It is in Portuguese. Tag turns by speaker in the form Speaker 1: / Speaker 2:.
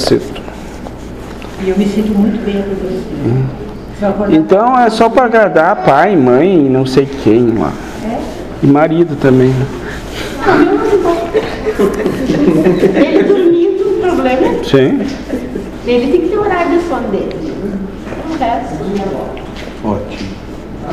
Speaker 1: cifra.
Speaker 2: E eu me sinto muito bem agradecida. Só quando-
Speaker 1: Então é só para agradar pai, mãe e não sei quem lá. E marido também. né?
Speaker 3: Ele dormindo, o problema é
Speaker 1: Sim.
Speaker 3: dele, tem que ter horário de sono dele. O resto,
Speaker 4: Ótimo.